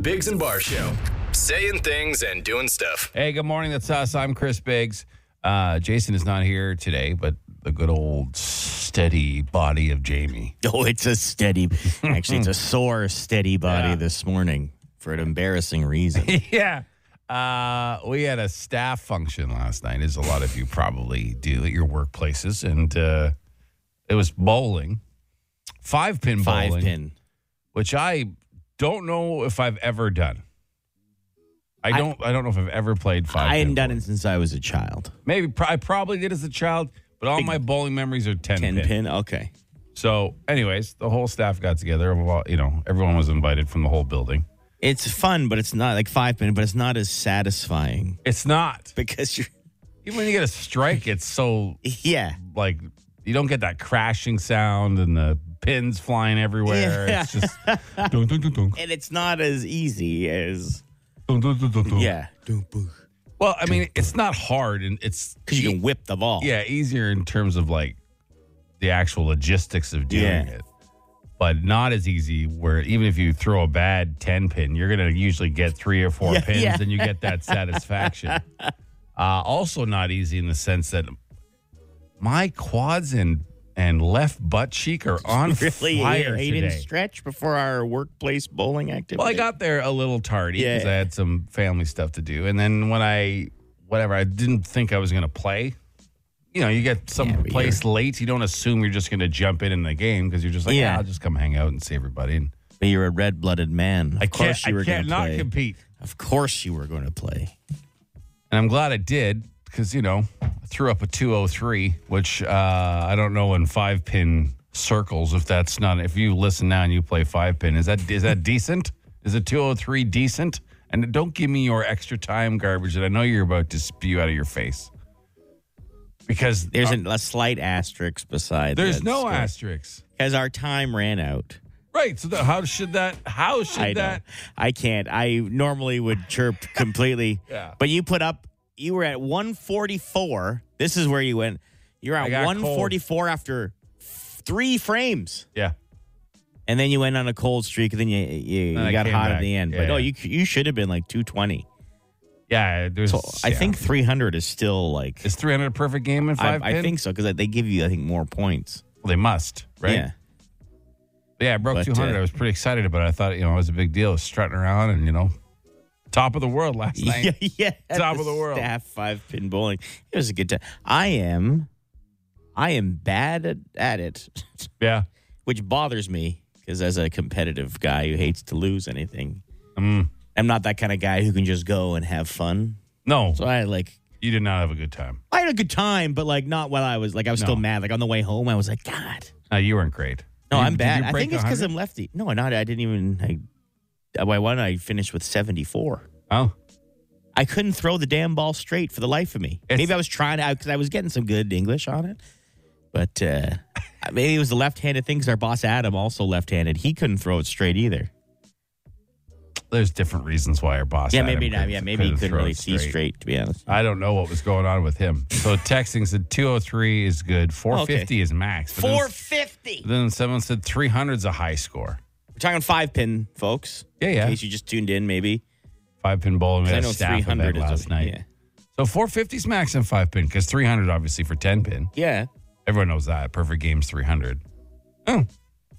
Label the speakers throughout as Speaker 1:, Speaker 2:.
Speaker 1: Biggs and Bar Show. Saying things and doing stuff.
Speaker 2: Hey, good morning. That's us. I'm Chris Biggs. Uh, Jason is not here today, but the good old steady body of Jamie.
Speaker 3: Oh, it's a steady. Actually, it's a sore, steady body
Speaker 2: Yeah.
Speaker 3: this morning for an embarrassing reason.
Speaker 2: yeah. Uh, we had a staff function last night, as a lot of you probably do at your workplaces, and uh, it was bowling, five pin bowling,
Speaker 3: Five pin.
Speaker 2: which I don't know if I've ever done. I don't. I, don't know if I've ever played five.
Speaker 3: I hadn't
Speaker 2: pin
Speaker 3: done
Speaker 2: bowling.
Speaker 3: it since I was a child.
Speaker 2: Maybe pro- I probably did as a child, but all my bowling memories are ten,
Speaker 3: Ten
Speaker 2: pin.
Speaker 3: pin. Okay.
Speaker 2: So, anyways, the whole staff got together. Well, You know, everyone was invited from the whole building.
Speaker 3: It's fun, but it's not like five pin. But it's not as satisfying
Speaker 2: It's not
Speaker 3: because you're.
Speaker 2: even when you get a strike. It's so
Speaker 3: Yeah.
Speaker 2: like you don't get that crashing sound and the pins flying everywhere.
Speaker 3: Yeah.
Speaker 2: It's just dunk, dunk, dunk, dunk,
Speaker 3: And it's not as easy as.
Speaker 2: dunk, dunk, dunk, dunk, dunk.
Speaker 3: Yeah. Because
Speaker 2: Well, I mean, it's not hard and it's
Speaker 3: you can whip the ball.
Speaker 2: yeah easier in terms of like the actual logistics of doing
Speaker 3: Yeah.
Speaker 2: it, but not as easy. Where even if you throw a bad ten pin, you're gonna usually get three or four
Speaker 3: Yeah,
Speaker 2: pins,
Speaker 3: yeah.
Speaker 2: and you get that satisfaction. uh, also, not easy in the sense that my quads and and left butt cheek are on
Speaker 3: Really?
Speaker 2: fire
Speaker 3: I
Speaker 2: today.
Speaker 3: didn't stretch before our workplace bowling activity.
Speaker 2: Well, I got there a little tardy because
Speaker 3: Yeah.
Speaker 2: I had some family stuff to do, and then when I, whatever, I didn't think I was going to play. You know, you get
Speaker 3: but
Speaker 2: someplace late. You don't assume you're just going to jump in in the game because you're just like, yeah,
Speaker 3: Yeah.
Speaker 2: I'll just come hang out and see everybody. And
Speaker 3: But you're a red blooded man. Of
Speaker 2: I
Speaker 3: course
Speaker 2: can't,
Speaker 3: you were
Speaker 2: I can't
Speaker 3: gonna
Speaker 2: not
Speaker 3: play.
Speaker 2: compete.
Speaker 3: Of course you were going to play.
Speaker 2: And I'm glad I did because you know I threw up a 203, which uh, I don't know in five pin circles if that's not if you listen now and you play five pin is that is that decent? Is a 203 decent? And don't give me your extra time garbage that I know you're about to spew out of your face because
Speaker 3: There's an- a slight asterisk beside.
Speaker 2: Uh, there's no asterisks.
Speaker 3: because our time ran out.
Speaker 2: Right. So the, how should that? How should
Speaker 3: I know.
Speaker 2: that?
Speaker 3: I can't. I normally would chirp completely.
Speaker 2: Yeah.
Speaker 3: But you put up. You were at 144. This is where you went. You're
Speaker 2: I
Speaker 3: at
Speaker 2: got
Speaker 3: 144 after f- three frames,
Speaker 2: Yeah.
Speaker 3: and then you went on a cold streak. And then you you, you
Speaker 2: Then I
Speaker 3: got
Speaker 2: came
Speaker 3: hot
Speaker 2: back.
Speaker 3: at the end.
Speaker 2: Yeah,
Speaker 3: But no,
Speaker 2: yeah.
Speaker 3: you you should have been like 220.
Speaker 2: Yeah. There's.
Speaker 3: So I
Speaker 2: yeah.
Speaker 3: think 300 is still like.
Speaker 2: is 300 a perfect game in
Speaker 3: I,
Speaker 2: five
Speaker 3: I
Speaker 2: pin.
Speaker 3: think so because they give you I think more points.
Speaker 2: Well, they must. Right.
Speaker 3: Yeah.
Speaker 2: Yeah, I broke
Speaker 3: But,
Speaker 2: 200.
Speaker 3: uh,
Speaker 2: I was pretty excited about it. I thought, you know, it was a big deal. I was strutting around and, you know, top of the world last night.
Speaker 3: Yeah, yeah.
Speaker 2: Top of the world.
Speaker 3: Staff five pin bowling. It was a good time. I am, I am bad at, at it,
Speaker 2: Yeah.
Speaker 3: which bothers me because as a competitive guy who hates to lose anything,
Speaker 2: Mm.
Speaker 3: I'm not that kind of guy who can just go and have fun.
Speaker 2: No,
Speaker 3: So I like.
Speaker 2: you did not have a good time.
Speaker 3: I had a good time, but like not while I was like I was
Speaker 2: No.
Speaker 3: still mad. Like on the way home, I was like, God,
Speaker 2: No, you weren't great.
Speaker 3: no,
Speaker 2: You-
Speaker 3: I'm
Speaker 2: did
Speaker 3: bad.
Speaker 2: you
Speaker 3: I
Speaker 2: break
Speaker 3: think it's because
Speaker 2: 100?
Speaker 3: I'm lefty. No, not. I didn't even. I, why why did I finish with 74?
Speaker 2: Oh,
Speaker 3: I couldn't throw the damn ball straight for the life of me.
Speaker 2: It's-
Speaker 3: maybe I was trying to, because I was getting some good English on it, but uh, maybe it was the left handed thing 'cause our boss Adam, also left handed, he couldn't throw it straight either.
Speaker 2: there's different reasons why our boss.
Speaker 3: yeah,
Speaker 2: had
Speaker 3: maybe
Speaker 2: him
Speaker 3: not. Yeah, maybe he couldn't
Speaker 2: throw
Speaker 3: really
Speaker 2: it
Speaker 3: see straight, to be honest.
Speaker 2: I don't know what was going on with him. So texting said 203 is
Speaker 3: Oh,
Speaker 2: good, 450 is max. But then-
Speaker 3: 450.
Speaker 2: Then someone said 300 is a high score.
Speaker 3: We're talking five pin, folks.
Speaker 2: Yeah, yeah.
Speaker 3: In case you just tuned in, maybe.
Speaker 2: Five pin bowling. We
Speaker 3: 'Cause
Speaker 2: had
Speaker 3: I
Speaker 2: a
Speaker 3: know
Speaker 2: staff event
Speaker 3: 300 is
Speaker 2: last
Speaker 3: a,
Speaker 2: night.
Speaker 3: Yeah.
Speaker 2: So 450 is max in five pin because 300 obviously for 10 pin.
Speaker 3: yeah.
Speaker 2: Everyone knows that. Perfect game's 300. Oh,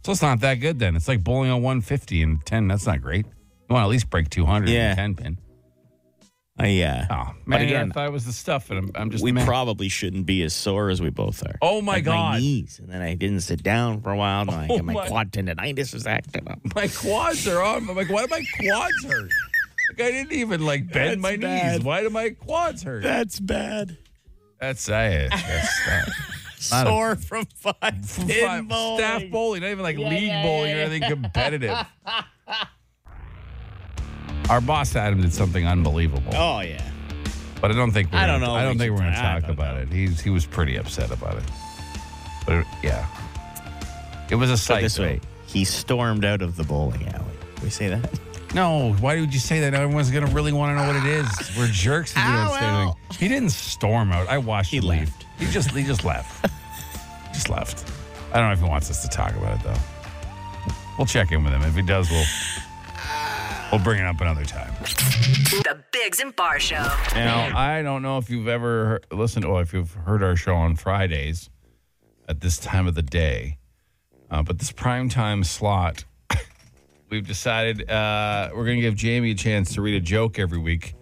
Speaker 2: so it's not that good then. It's like bowling on 150 and 10. That's not great. You want to at least break 200
Speaker 3: Yeah.
Speaker 2: and 10 pin.
Speaker 3: I, uh, yeah.
Speaker 2: Oh, man.
Speaker 3: But again,
Speaker 2: I thought it was the stuff, and I'm, I'm just.
Speaker 3: we
Speaker 2: mad.
Speaker 3: probably shouldn't be as sore as we both are.
Speaker 2: Oh, my
Speaker 3: Like
Speaker 2: God.
Speaker 3: My knees, and then I didn't sit down for a while. And I
Speaker 2: Oh,
Speaker 3: got my,
Speaker 2: my-
Speaker 3: quad tendonitis is acting up.
Speaker 2: my quads are on. I'm like, why do my quads hurt? Like, I didn't even like bend
Speaker 3: That's
Speaker 2: my
Speaker 3: bad.
Speaker 2: knees. Why do my quads hurt?
Speaker 3: That's bad.
Speaker 2: That's I. That's that. Not a-
Speaker 3: Sore from five pin
Speaker 2: Fi-
Speaker 3: bowling.
Speaker 2: Staff bowling, not even like league bowling or anything competitive. Our boss Adam did something unbelievable.
Speaker 3: Oh yeah.
Speaker 2: But I don't think we're
Speaker 3: I
Speaker 2: gonna-
Speaker 3: don't know
Speaker 2: I don't
Speaker 3: what
Speaker 2: think
Speaker 3: you-
Speaker 2: we're going to
Speaker 3: I don't
Speaker 2: talk about it. He's he was pretty upset about it. But it- yeah, it was a
Speaker 3: Put it
Speaker 2: sight.
Speaker 3: this
Speaker 2: though.
Speaker 3: way, he stormed out of the bowling alley. We say that.
Speaker 2: No, why would you say that? Everyone's going to really want to know what it is. We're jerks if you
Speaker 3: Ah,
Speaker 2: don't say anything.
Speaker 3: well.
Speaker 2: He didn't storm out. I watched
Speaker 3: He
Speaker 2: him leave.
Speaker 3: left.
Speaker 2: He just he just left. just left. I don't know if he wants us to talk about it though. We'll check in with him. If he does, we'll We'll bring it up another time.
Speaker 4: The Bigs and Bar Show.
Speaker 2: Now, I don't know if you've ever he- listened or if you've heard our show on Fridays at this time of the day, uh, but this prime time slot, we've decided uh, we're going to give Jamie a chance to read a joke every week.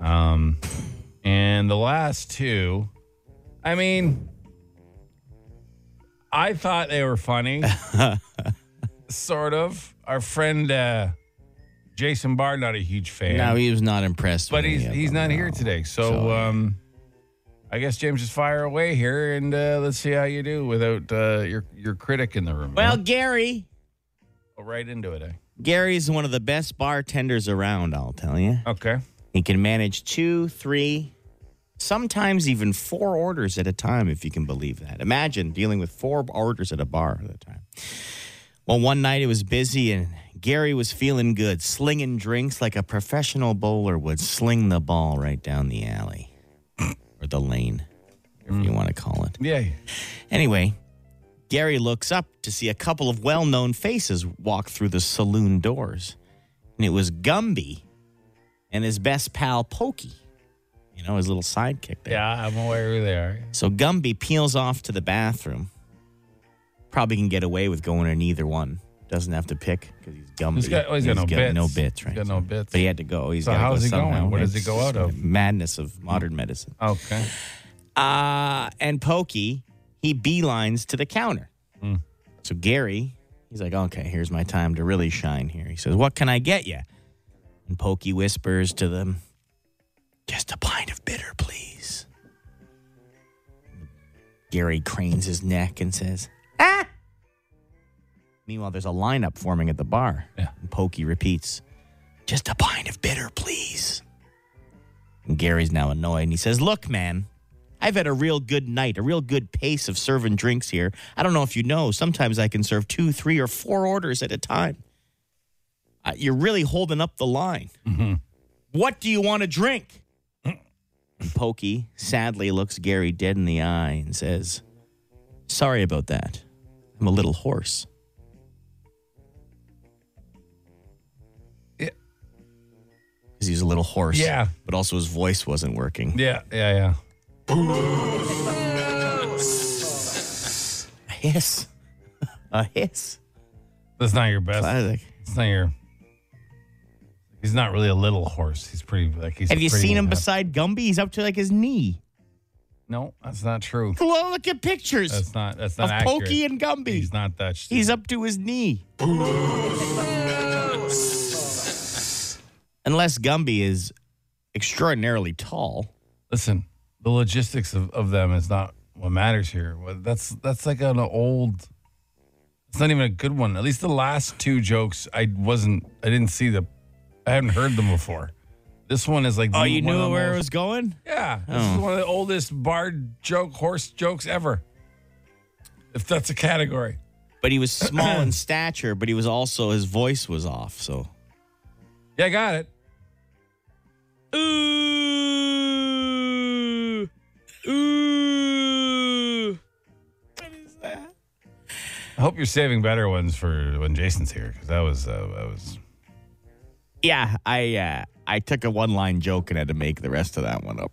Speaker 2: Um, and the last two, I mean, I thought they were funny, sort of. Our friend uh, Jason Barr, not a huge fan.
Speaker 3: No, he was not impressed.
Speaker 2: But
Speaker 3: with
Speaker 2: he's
Speaker 3: any of
Speaker 2: he's
Speaker 3: them,
Speaker 2: not here
Speaker 3: no.
Speaker 2: today, so,
Speaker 3: So, uh, yeah.
Speaker 2: um, I guess James just fire away here, and uh, let's see how you do without uh, your your critic in the room.
Speaker 3: Well, Gary,
Speaker 2: Go right into it. Eh?
Speaker 3: Gary's one of the best bartenders around. I'll tell you.
Speaker 2: Okay,
Speaker 3: He can manage two, three, sometimes even four orders at a time, if you can believe that. Imagine dealing with four orders at a bar at a time. Well, one night it was busy and Gary was feeling good, slinging drinks like a professional bowler would sling the ball right down the alley or the lane, whatever you want to call it.
Speaker 2: yeah,
Speaker 3: Anyway, Gary looks up to see a couple of well known faces walk through the saloon doors. And it was Gumby and his best pal, Pokey. You know, his little sidekick there.
Speaker 2: yeah, I'm aware who they are.
Speaker 3: So Gumby peels off to the bathroom. Probably can get away with going in either one. Doesn't have to pick because he's Gumby.
Speaker 2: He's got, oh, he's got no bits.
Speaker 3: no bits, right?
Speaker 2: He's got no bits.
Speaker 3: But he had to go. He's
Speaker 2: So
Speaker 3: gotta
Speaker 2: how's
Speaker 3: go
Speaker 2: he going?
Speaker 3: somehow.
Speaker 2: What does he
Speaker 3: It's
Speaker 2: go out of?
Speaker 3: Madness of modern medicine.
Speaker 2: Okay,
Speaker 3: Uh, and Pokey, he beelines to the counter. So Gary, he's like, okay, here's my time to really shine here. He says, what can I get you? And Pokey whispers to them, just a pint of bitter, please. Gary cranes his neck and says, ah! Meanwhile, there's a lineup forming at the bar.
Speaker 2: Yeah.
Speaker 3: And Pokey repeats, just a pint of bitter, please. And Gary's now annoyed and he says, look, man. I've had a real good night, a real good pace of serving drinks here. I don't know if you know, sometimes I can serve two, three, or four orders at a time. Uh, you're really holding up the line.
Speaker 2: Mm-hmm.
Speaker 3: What do you want to drink? And Pokey sadly looks Gary dead in the eye and says, Sorry about that. I'm a little hoarse.
Speaker 2: Yeah.
Speaker 3: Because he was a little hoarse.
Speaker 2: Yeah.
Speaker 3: But also his voice wasn't working.
Speaker 2: yeah, yeah, yeah.
Speaker 3: A hiss. A hiss.
Speaker 2: That's not your best.
Speaker 3: Classic.
Speaker 2: It's not your. He's not really a little horse. He's pretty like he's.
Speaker 3: Have you
Speaker 2: pretty
Speaker 3: seen him
Speaker 2: up-
Speaker 3: beside Gumby? He's up to like his knee.
Speaker 2: No, that's not true.
Speaker 3: Look look at pictures
Speaker 2: That's not. That's
Speaker 3: of
Speaker 2: not accurate.
Speaker 3: Pokey and Gumby.
Speaker 2: He's not that.
Speaker 3: He's up to his knee. Unless Gumby is extraordinarily tall.
Speaker 2: listen, the logistics of, of them is not what matters here. Well, That's that's like an old. It's not even a good one. At least the last two jokes, I wasn't. I didn't see the. I haven't heard them before. This one is like.
Speaker 3: Oh,
Speaker 2: the- one of the most-
Speaker 3: going?
Speaker 2: Yeah, this is one of the oldest bar joke horse jokes ever. If that's a category.
Speaker 3: But he was small in stature, but he was also his voice was off, so
Speaker 2: Yeah, I got it.
Speaker 3: Ooh. Ooh.
Speaker 2: I hope you're saving better ones for when Jason's here because that was uh, that was.
Speaker 3: Yeah, I uh, I took a one line joke and had to make the rest of that one up.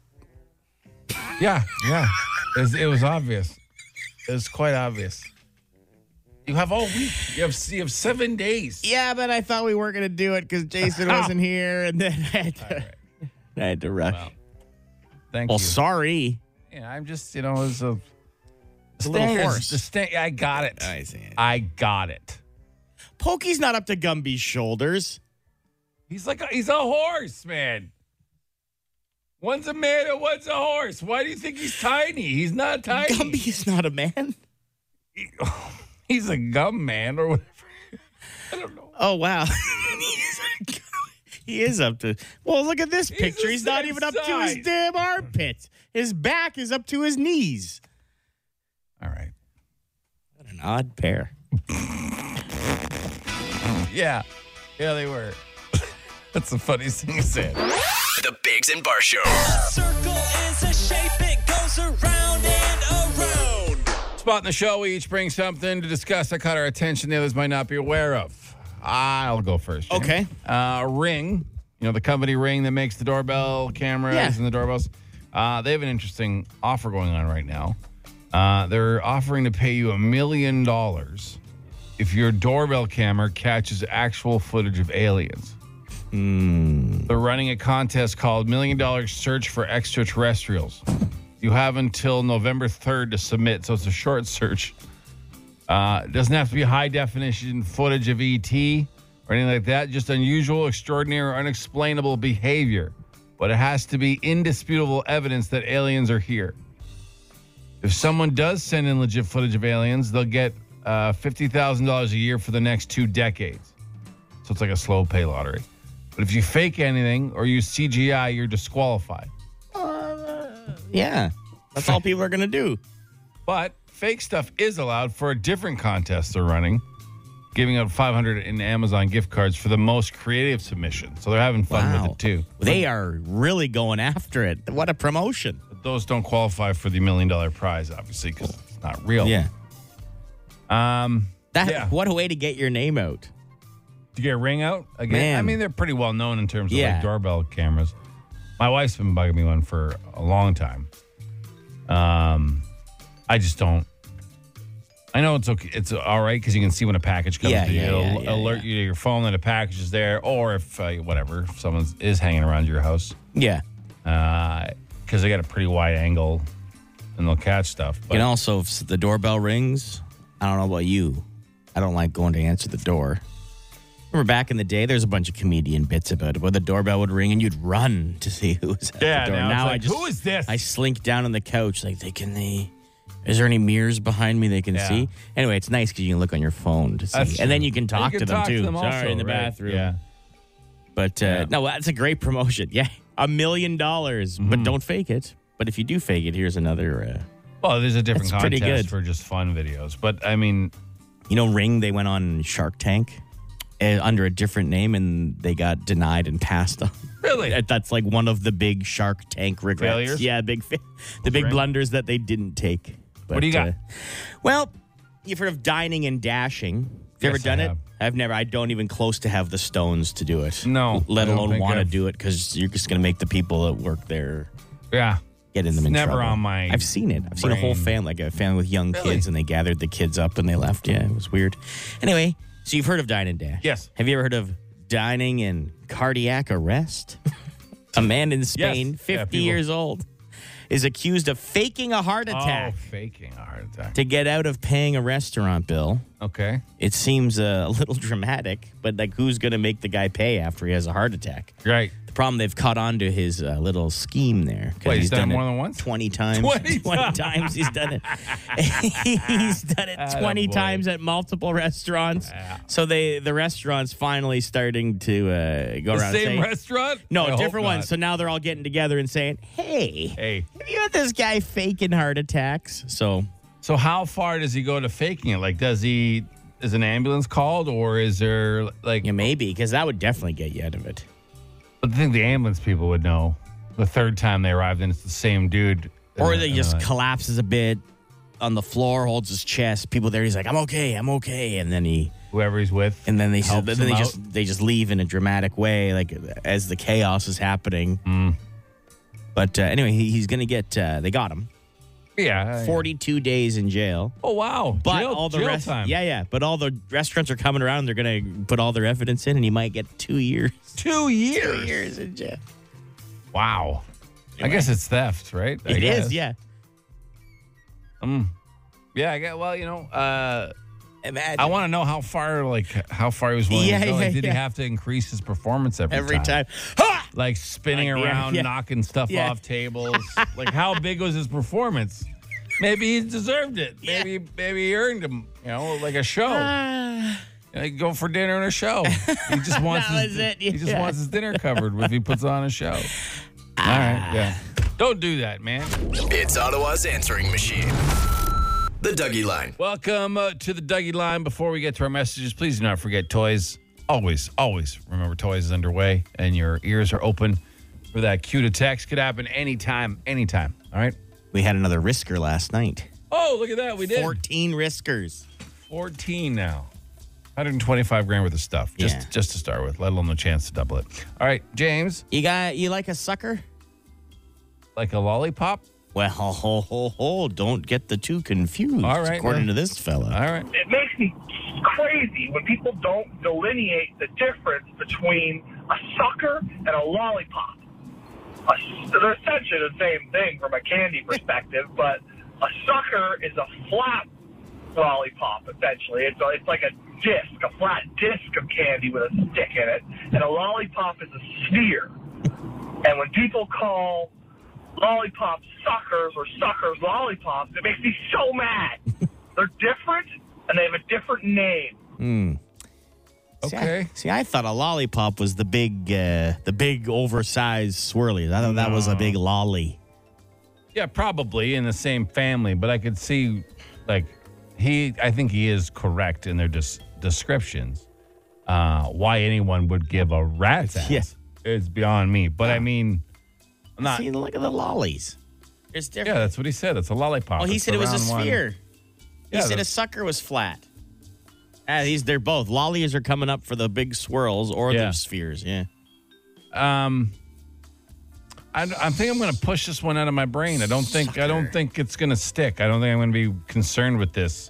Speaker 2: Yeah, yeah. It was, it was obvious. It was quite obvious. You have all week. You have you have seven days.
Speaker 3: Yeah, but I thought we weren't gonna do it because Jason wasn't here, and then I had to, I had to rush.
Speaker 2: Wow. Thank
Speaker 3: Well,
Speaker 2: you.
Speaker 3: sorry.
Speaker 2: yeah, I'm just you know as a,
Speaker 3: a little
Speaker 2: Stand-
Speaker 3: horse.
Speaker 2: The sta- I got it.
Speaker 3: see. It.
Speaker 2: I got it.
Speaker 3: Uh, Pokey's not up to Gumby's shoulders.
Speaker 2: He's like a, he's a horse, man. One's a man and one's a horse. Why do you think he's tiny? He's not tiny.
Speaker 3: Gumby is not a man.
Speaker 2: He's a gum man or whatever. I don't know.
Speaker 3: Oh wow. He's a gum- he is up to. Well, look at this
Speaker 2: He's
Speaker 3: picture.
Speaker 2: the
Speaker 3: He's not
Speaker 2: same
Speaker 3: even up to
Speaker 2: size.
Speaker 3: his damn armpits. His back is up to his knees.
Speaker 2: All right.
Speaker 3: What an odd pair.
Speaker 2: Yeah. Yeah, they were. That's the funniest thing he said.
Speaker 1: The Bigs and Bar Show.
Speaker 5: circle is a shape, it goes around and around.
Speaker 2: Spot in the show, we each bring something to discuss that caught our attention the others might not be aware of. I'll go first. Jimmy.
Speaker 3: Okay.
Speaker 2: Uh, Ring, you know, the company Ring that makes the doorbell cameras
Speaker 3: Yeah.
Speaker 2: and the doorbells, uh, they have an interesting offer going on right now. Uh, they're offering to pay you a million dollars if your doorbell camera catches actual footage of aliens. They're running a contest called Million Dollar Search for Extraterrestrials. You have until November 3rd to submit, so it's a short search. Uh, it doesn't have to be high definition footage of ET or anything like that, just unusual, extraordinary, or unexplainable behavior. But it has to be indisputable evidence that aliens are here. If someone does send in legit footage of aliens, they'll get uh, $50,000 a year for the next two decades. So it's like a slow pay lottery. But if you fake anything or use CGI, you're disqualified.
Speaker 3: Yeah. That's all people are going to do.
Speaker 2: But fake stuff is allowed for a different contest they're running, giving out 500 in Amazon gift cards for the most creative submission. So they're having fun with
Speaker 3: Wow.
Speaker 2: it too.
Speaker 3: They are really going after it. What a promotion.
Speaker 2: But those don't qualify for the million dollar prize, obviously, because it's not real. Um,
Speaker 3: That,
Speaker 2: Yeah.
Speaker 3: What a way to get your name out.
Speaker 2: do you get a ring out again? I
Speaker 3: Man.
Speaker 2: mean, they're pretty well known in terms of like
Speaker 3: Yeah.
Speaker 2: doorbell cameras. My wife's been bugging me one for a long time. Um, I just don't. I know it's okay. It's all right because you can see when a package comes.
Speaker 3: Yeah,
Speaker 2: to you.
Speaker 3: yeah,
Speaker 2: It'll
Speaker 3: yeah, yeah,
Speaker 2: alert
Speaker 3: yeah.
Speaker 2: you to your phone that a package is there, or if uh, whatever, if someone is hanging around your house,
Speaker 3: Yeah.
Speaker 2: because they got a pretty wide angle, and they'll catch stuff. But
Speaker 3: and also, if the doorbell rings, I don't know about you. I don't like going to answer the door. Remember back in the day, there's a bunch of comedian bits about it where the doorbell would ring and you'd run to see who was at
Speaker 2: Yeah,
Speaker 3: the door.
Speaker 2: now it's like, "Who is this?"
Speaker 3: I slink down on the couch like they can they. Is there any mirrors behind me they can
Speaker 2: Yeah.
Speaker 3: see? Anyway, it's nice because you can look on your phone to see,
Speaker 2: That's
Speaker 3: and then
Speaker 2: true.
Speaker 3: you can
Speaker 2: And
Speaker 3: talk
Speaker 2: you
Speaker 3: to
Speaker 2: can
Speaker 3: them
Speaker 2: talk
Speaker 3: too.
Speaker 2: To them also,
Speaker 3: Sorry, in the
Speaker 2: right?
Speaker 3: bathroom.
Speaker 2: Yeah.
Speaker 3: But uh, no, that's a great promotion. Yeah, a million dollars,
Speaker 2: Mm-hmm.
Speaker 3: but don't fake it. But if you do fake it, here's another. Uh,
Speaker 2: Well, there's a different
Speaker 3: That's pretty
Speaker 2: contest
Speaker 3: good.
Speaker 2: for just fun videos, but I mean,
Speaker 3: You know, Ring, they went on Shark Tank uh, under a different name and they got denied and passed on.
Speaker 2: Really?
Speaker 3: That- That's like one of the big Shark Tank regrets.
Speaker 2: Failures?
Speaker 3: Yeah, big fa- the big
Speaker 2: Ring?
Speaker 3: blunders that they didn't take.
Speaker 2: What do you
Speaker 3: But, uh,
Speaker 2: got?
Speaker 3: well, you've heard of dining and dashing. Have you
Speaker 2: Yes,
Speaker 3: ever done
Speaker 2: I
Speaker 3: it?
Speaker 2: have.
Speaker 3: I've never. I don't even close to have the stones to do it.
Speaker 2: No,
Speaker 3: let
Speaker 2: I don't
Speaker 3: alone
Speaker 2: think
Speaker 3: want to
Speaker 2: I've-
Speaker 3: do it because you're just going to make the people that work there
Speaker 2: yeah.
Speaker 3: getting them
Speaker 2: It's
Speaker 3: in
Speaker 2: never
Speaker 3: trouble.
Speaker 2: on my
Speaker 3: I've seen it. I've seen a whole
Speaker 2: brain.
Speaker 3: family, like a family with young
Speaker 2: Really?
Speaker 3: kids, and they gathered the kids up and they left. Yeah, it was weird. Anyway, so you've heard of dine and dash?
Speaker 2: Yes.
Speaker 3: Have you ever heard of dining and cardiac arrest? a man in Spain,
Speaker 2: Yeah,
Speaker 3: 50
Speaker 2: people-
Speaker 3: years old, is accused of faking a heart attack
Speaker 2: Oh, faking a heart attack.
Speaker 3: to get out of paying a restaurant bill.
Speaker 2: Okay.
Speaker 3: It seems uh, a little dramatic, but like, who's going to make the guy pay after he has a heart attack?
Speaker 2: Right.
Speaker 3: The problem they've caught on to his uh, little scheme there. 'cause
Speaker 2: Wait, he's done it
Speaker 3: it
Speaker 2: more than once?
Speaker 3: Twenty times.
Speaker 2: 20
Speaker 3: times he's done it. he's done it twenty
Speaker 2: Attaboy.
Speaker 3: times at multiple restaurants. So they the restaurants finally starting to uh, go
Speaker 2: The
Speaker 3: around. and
Speaker 2: same
Speaker 3: say-
Speaker 2: restaurant?
Speaker 3: No,
Speaker 2: I hope
Speaker 3: different
Speaker 2: not.
Speaker 3: ones. So now they're all getting together and saying, "Hey,
Speaker 2: Hey.
Speaker 3: have you had this guy faking heart attacks?" So
Speaker 2: So how far does he go to faking it? Like, does he is an ambulance called, or is there like?
Speaker 3: yeah, maybe because that would definitely get you out of it.
Speaker 2: But I think the ambulance people would know. The third time they arrived, and it's the same dude. And
Speaker 3: Or
Speaker 2: uh,
Speaker 3: they
Speaker 2: they're
Speaker 3: just
Speaker 2: like,
Speaker 3: collapses a bit on the floor, holds his chest. People there, he's like, "I'm okay, I'm okay," and then he
Speaker 2: whoever he's with.
Speaker 3: and then they
Speaker 2: helps
Speaker 3: then they
Speaker 2: him out.
Speaker 3: just they just leave in a dramatic way, like as the chaos is happening.
Speaker 2: Mm.
Speaker 3: But uh, anyway, he, he's gonna get. Uh, they got him
Speaker 2: Oh, yeah.
Speaker 3: forty two days in jail.
Speaker 2: Oh wow.
Speaker 3: But
Speaker 2: Jail-
Speaker 3: all the
Speaker 2: jail
Speaker 3: rest,
Speaker 2: time.
Speaker 3: yeah, yeah. But all the restaurants are coming around. They're gonna put all their evidence in, and he might get two years.
Speaker 2: Two years.
Speaker 3: years in jail.
Speaker 2: Wow. I guess it's theft, right? I
Speaker 3: It is,
Speaker 2: guess.
Speaker 3: yeah.
Speaker 2: Yeah. I guess, well, you know. uh
Speaker 3: Imagine
Speaker 2: I want to know how far, like how far he was willing
Speaker 3: Yeah,
Speaker 2: to go. Like,
Speaker 3: yeah,
Speaker 2: did
Speaker 3: yeah.
Speaker 2: he have to increase his performance every,
Speaker 3: every
Speaker 2: time?
Speaker 3: time. Ha!
Speaker 2: Like spinning
Speaker 3: Like, yeah,
Speaker 2: around,
Speaker 3: yeah.
Speaker 2: knocking stuff
Speaker 3: Yeah.
Speaker 2: off tables. like how big was his performance? Maybe he deserved it.
Speaker 3: Yeah.
Speaker 2: Maybe maybe he earned him. You know, like a show.
Speaker 3: Ah.
Speaker 2: like go for dinner and a show. He just wants
Speaker 3: That
Speaker 2: his,
Speaker 3: was it,
Speaker 2: he just
Speaker 3: yeah. Ah.
Speaker 2: wants his dinner covered if he puts on a show. All right, yeah. Don't do that, man.
Speaker 1: It's Ottawa's answering machine. The Dougie Line.
Speaker 2: Welcome uh, to the Dougie Line. Before we get to our messages, please do not forget toys. Always, always remember toys is underway and your ears are open for that cue to text. Could happen anytime, anytime. All right.
Speaker 3: We had another risker last night.
Speaker 2: Oh, look at that. We did
Speaker 3: 14 riskers.
Speaker 2: 14 now. 125 grand worth of stuff just
Speaker 3: Yeah.
Speaker 2: just to start with, let alone the chance to double it. All right, James,
Speaker 3: You got you like a sucker?
Speaker 2: like a lollipop.
Speaker 3: Well, ho, ho, ho, don't get the two confused.
Speaker 2: All right,
Speaker 3: according
Speaker 2: well-
Speaker 3: to this fella.
Speaker 2: All right,
Speaker 6: it makes me crazy when people don't delineate the difference between a sucker and a lollipop. A, they're essentially the same thing from a candy perspective, but a sucker is a flat lollipop, essentially. It's, a, it's like a disc, a flat disc of candy with a stick in it, and a lollipop is a sphere. And when people call lollipops suckers or suckers lollipops, it makes me so mad. They're different and they have a different name.
Speaker 3: See, I-
Speaker 2: okay.
Speaker 3: See, I thought a lollipop was the big, uh, the big oversized swirly. I thought that was a big lolly.
Speaker 2: Yeah, probably in the same family, but I could see, like, he. I think he is correct in their des- descriptions. Uh, why anyone would give a rat's ass
Speaker 3: Yeah.
Speaker 2: is beyond me. But I mean, I'm not.
Speaker 3: see, look at the lollies. It's
Speaker 2: Yeah,
Speaker 3: different.
Speaker 2: that's what he said. It's a lollipop.
Speaker 3: oh, he
Speaker 2: It's
Speaker 3: said
Speaker 2: the
Speaker 3: it was a
Speaker 2: round one.
Speaker 3: sphere.
Speaker 2: Yeah,
Speaker 3: he said a
Speaker 2: that's-
Speaker 3: sucker was flat. Ah, these they're both lollies are coming up for the big swirls or
Speaker 2: Yeah.
Speaker 3: the spheres. Yeah.
Speaker 2: Um, I, I think I'm going to push this one out of my brain. I don't think I don't think it's going to stick. I don't think I'm going to be concerned with this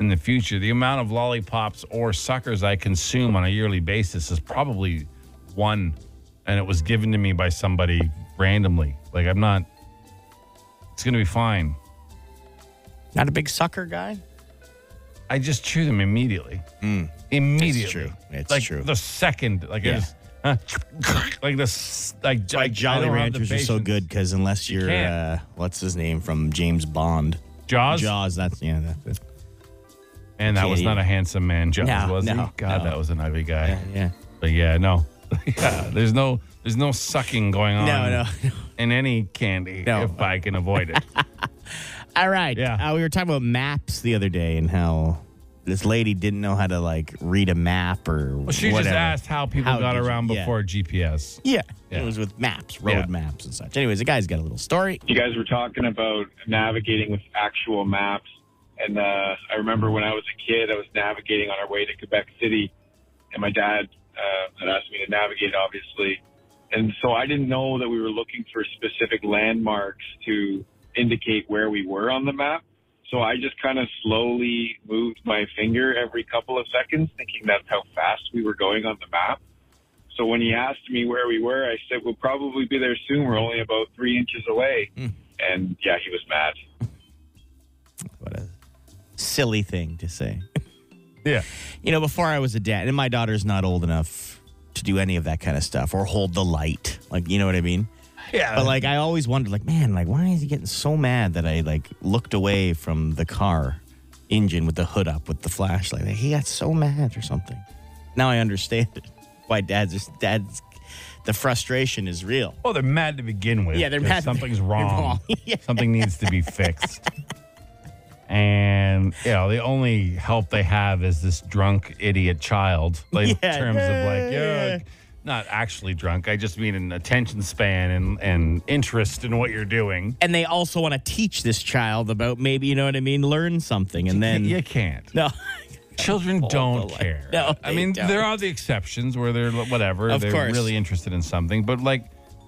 Speaker 2: in the future. The amount of lollipops or suckers I consume on a yearly basis is probably one, and it was given to me by somebody randomly. Like I'm not. It's going to be fine.
Speaker 3: Not a big sucker guy.
Speaker 2: I just chew them immediately. Immediately.
Speaker 3: It's Hmm. true. It's
Speaker 2: like
Speaker 3: true.
Speaker 2: The second, like
Speaker 3: Yeah.
Speaker 2: I just, huh, like this, like,
Speaker 3: Why Jolly Ranchers
Speaker 2: are
Speaker 3: are so good because unless you're
Speaker 2: can't.
Speaker 3: uh, what's his name from James Bond,
Speaker 2: Jaws,
Speaker 3: Jaws. That's yeah. That's it.
Speaker 2: and that was
Speaker 3: Can't
Speaker 2: not a handsome man. Jaws
Speaker 3: No,
Speaker 2: was he?
Speaker 3: no,
Speaker 2: God,
Speaker 3: no.
Speaker 2: that was an ugly guy.
Speaker 3: yeah.
Speaker 2: But yeah, no, yeah. There's no, there's no sucking going on.
Speaker 3: No, no, no.
Speaker 2: In any candy,
Speaker 3: No.
Speaker 2: if I can avoid it.
Speaker 3: All right.
Speaker 2: Yeah.
Speaker 3: Uh, we were talking about maps the other day and how this lady didn't know how to like read a map or
Speaker 2: Well, she
Speaker 3: whatever.
Speaker 2: just asked how people
Speaker 3: How
Speaker 2: got
Speaker 3: did you-
Speaker 2: around
Speaker 3: yeah.
Speaker 2: before GPS.
Speaker 3: Yeah.
Speaker 2: Yeah.
Speaker 3: It was with maps, road
Speaker 2: Yeah.
Speaker 3: maps and such. Anyways, the guy's got a little story.
Speaker 7: you guys were talking about navigating with actual maps. And uh, I remember when I was a kid, I was navigating on our way to Quebec City, and my dad uh, had asked me to navigate, obviously. And so I didn't know that we were looking for specific landmarks to indicate where we were on the map. So I just kind of slowly moved my finger every couple of seconds, thinking that's how fast we were going on the map. So when he asked me where we were, I said, "We'll probably be there soon. We're only about three inches away." And yeah, he was mad.
Speaker 3: What a silly thing to say.
Speaker 2: Yeah.
Speaker 3: You know, before I was a dad, and my daughter's not old enough to do any of that kind of stuff or hold the light. Like, you know what I mean?
Speaker 2: Yeah.
Speaker 3: But like, I always wondered, like, man, like, why is he getting so mad that I like looked away from the car engine with the hood up with the flashlight? Like, he got so mad or something. Now I understand it. Why dad's just dad's the frustration is real.
Speaker 2: Well, Oh, they're mad to begin with.
Speaker 3: Yeah, they're
Speaker 2: 'cause
Speaker 3: mad-
Speaker 2: Something's
Speaker 3: they're
Speaker 2: wrong.
Speaker 3: wrong. Yeah.
Speaker 2: Something needs to be fixed. And you know, the only help they have is this drunk idiot child. Like
Speaker 3: Yeah,
Speaker 2: in terms
Speaker 3: yeah,
Speaker 2: of like, yeah,
Speaker 3: yeah.
Speaker 2: not actually drunk. I just mean an attention span and, and interest in what you're doing.
Speaker 3: And they also want to teach this child about maybe, you know what I mean, learn something. And then
Speaker 2: you can't.
Speaker 3: no.
Speaker 2: Children don't care.
Speaker 3: No,
Speaker 2: I
Speaker 3: they
Speaker 2: mean
Speaker 3: don't.
Speaker 2: there are the exceptions where they're whatever
Speaker 3: Of
Speaker 2: they're
Speaker 3: course.
Speaker 2: really interested in something, but like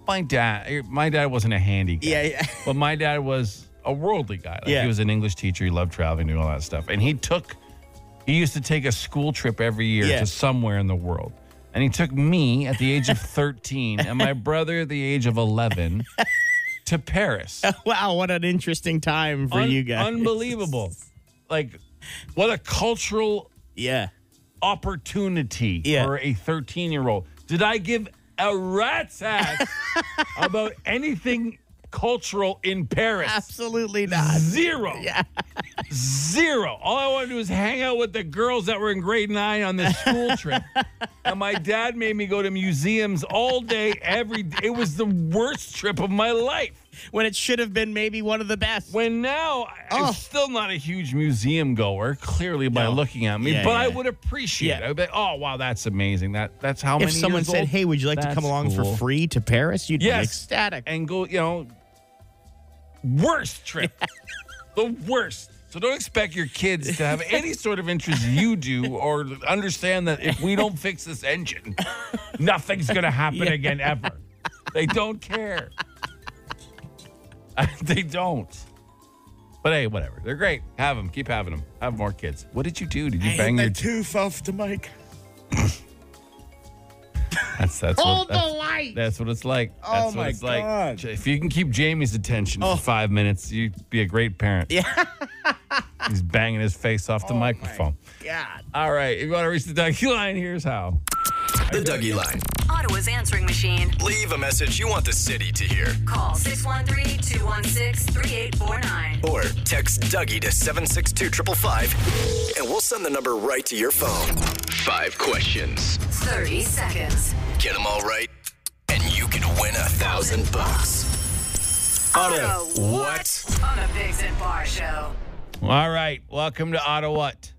Speaker 2: my dad, my dad wasn't a handy guy.
Speaker 3: Yeah, yeah.
Speaker 2: But my dad was a worldly guy. Like,
Speaker 3: Yeah.
Speaker 2: He was an English teacher. He loved traveling, doing all that stuff. And he took, he used to take a school trip every year
Speaker 3: Yeah.
Speaker 2: to somewhere in the world. And he took me at the age of 13 and my brother at the age of 11 to Paris.
Speaker 3: Wow, what an interesting time for
Speaker 2: Un-
Speaker 3: you guys.
Speaker 2: Unbelievable. Like, what a cultural
Speaker 3: Yeah.
Speaker 2: opportunity
Speaker 3: Yeah.
Speaker 2: for a 13 year old. Did I give a rat's ass about anything cultural in Paris?
Speaker 3: Absolutely not.
Speaker 2: Zero. Zero. All I wanted to do was hang out with the girls that were in grade nine on this school trip. and my dad made me go to museums all day, every day. It was the worst trip of my life.
Speaker 3: When it should have been maybe one of the best.
Speaker 2: When now I-
Speaker 3: Oh.
Speaker 2: I'm still not a huge museum goer, clearly by
Speaker 3: No.
Speaker 2: looking at me,
Speaker 3: Yeah,
Speaker 2: but I
Speaker 3: yeah.
Speaker 2: would appreciate it.
Speaker 3: Yeah.
Speaker 2: I would be like, oh wow, that's amazing. That that's how
Speaker 3: if
Speaker 2: many
Speaker 3: someone
Speaker 2: years
Speaker 3: said,
Speaker 2: old?
Speaker 3: "Hey, would you like to
Speaker 2: That's
Speaker 3: come along
Speaker 2: cool.
Speaker 3: for free to Paris?" You'd
Speaker 2: Yes.
Speaker 3: be ecstatic.
Speaker 2: and go, you know, worst trip. the worst. So don't expect your kids to have any sort of interest you do or understand that if we don't fix this engine, nothing's going to happen again ever. They don't care. they don't. But hey, whatever. They're great. Have them. Keep having them. Have more kids. What did you do? Did you bang your tooth off the mic? that's that's what, that's, that's what it's like. That's
Speaker 8: Oh
Speaker 2: what
Speaker 8: my
Speaker 2: it's like.
Speaker 8: God. Oh.
Speaker 2: If you can keep Jamie's attention for five minutes, you'd be a great parent.
Speaker 3: Yeah.
Speaker 2: He's banging his face off
Speaker 8: Oh
Speaker 2: the microphone.
Speaker 3: God.
Speaker 2: All right. If you want to reach the Dougie line, here's how.
Speaker 1: The Dougie Line.
Speaker 4: Ottawa's answering machine.
Speaker 1: Leave a message you want the city to hear.
Speaker 4: Call 613 216 3849.
Speaker 1: Or text Dougie to 762 555 and we'll send the number right to your phone. Five questions.
Speaker 4: 30 seconds.
Speaker 1: Get them all right, and you can win a thousand bucks.
Speaker 4: Auto
Speaker 1: What?
Speaker 4: on the Bigs and Bar Show.
Speaker 2: All right. Welcome to Auto What.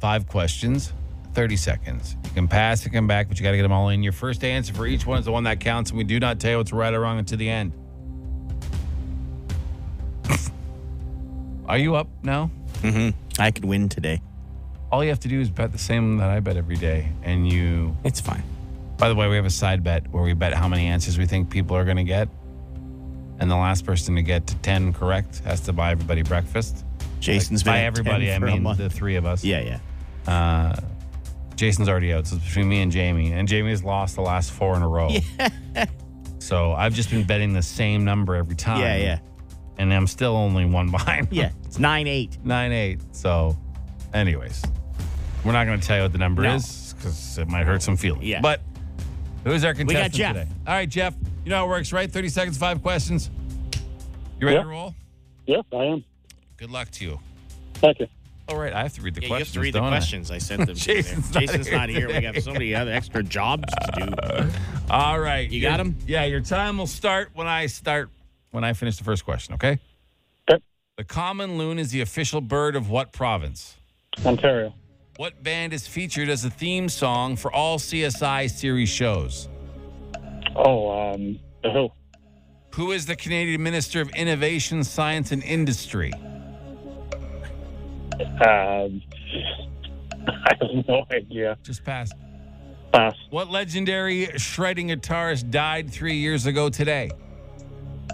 Speaker 2: Five questions, 30 seconds. You can pass and come back, but you got to get them all in. Your first answer for each one is the one that counts, and we do not tell you what's right or wrong until the end. Are you up now?
Speaker 3: I could win today.
Speaker 2: All you have to do is bet the same that I bet every day, and you
Speaker 3: It's fine.
Speaker 2: By the way, we have a side bet where we bet how many answers we think people are going to get. And the last person to get to 10 correct has to buy everybody breakfast.
Speaker 3: Jason's been
Speaker 2: By
Speaker 3: at 10
Speaker 2: everybody, I
Speaker 3: for a
Speaker 2: mean
Speaker 3: month.
Speaker 2: the three of us.
Speaker 3: yeah, yeah.
Speaker 2: Jason's already out. So it's between me and Jamie. And Jamie has lost the last four in a row. So I've just been betting the same number every time.
Speaker 3: Yeah, yeah.
Speaker 2: And I'm still only one behind.
Speaker 3: Yeah. It's 9 8.
Speaker 2: Nine, eight. So, anyways, we're not going to tell you what the number
Speaker 3: No.
Speaker 2: is because it might hurt some feelings.
Speaker 3: Yeah.
Speaker 2: But who's our
Speaker 3: got
Speaker 2: contestant
Speaker 3: Jeff.
Speaker 2: today? All right, Jeff. You know how it works, right? 30 seconds, five questions. You ready
Speaker 9: Yeah.
Speaker 2: to roll?
Speaker 9: Yes, I am.
Speaker 2: Good luck to you.
Speaker 9: Thank you.
Speaker 2: All right, I have to read the
Speaker 3: Yeah, you have
Speaker 2: questions.
Speaker 3: to read the
Speaker 2: don't I?
Speaker 3: questions I, sent them. to there.
Speaker 2: Jason's not
Speaker 3: Jason's
Speaker 2: here
Speaker 3: not here. We
Speaker 2: today.
Speaker 3: got so many other extra jobs to
Speaker 2: All right.
Speaker 3: You
Speaker 2: Your-
Speaker 3: got 'em?
Speaker 2: Yeah, your time will start when I start, when I finish the first question, okay?
Speaker 9: Okay.
Speaker 2: The common loon is the official bird of what province?
Speaker 9: Ontario.
Speaker 2: What band is featured as a theme song for all CSI series shows?
Speaker 9: Oh, um, the Who.
Speaker 2: Who is the Canadian Minister of Innovation, Science and Industry?
Speaker 9: Um, I have no idea.
Speaker 2: Just passed.
Speaker 9: Pass.
Speaker 2: What legendary shredding guitarist died three years ago today?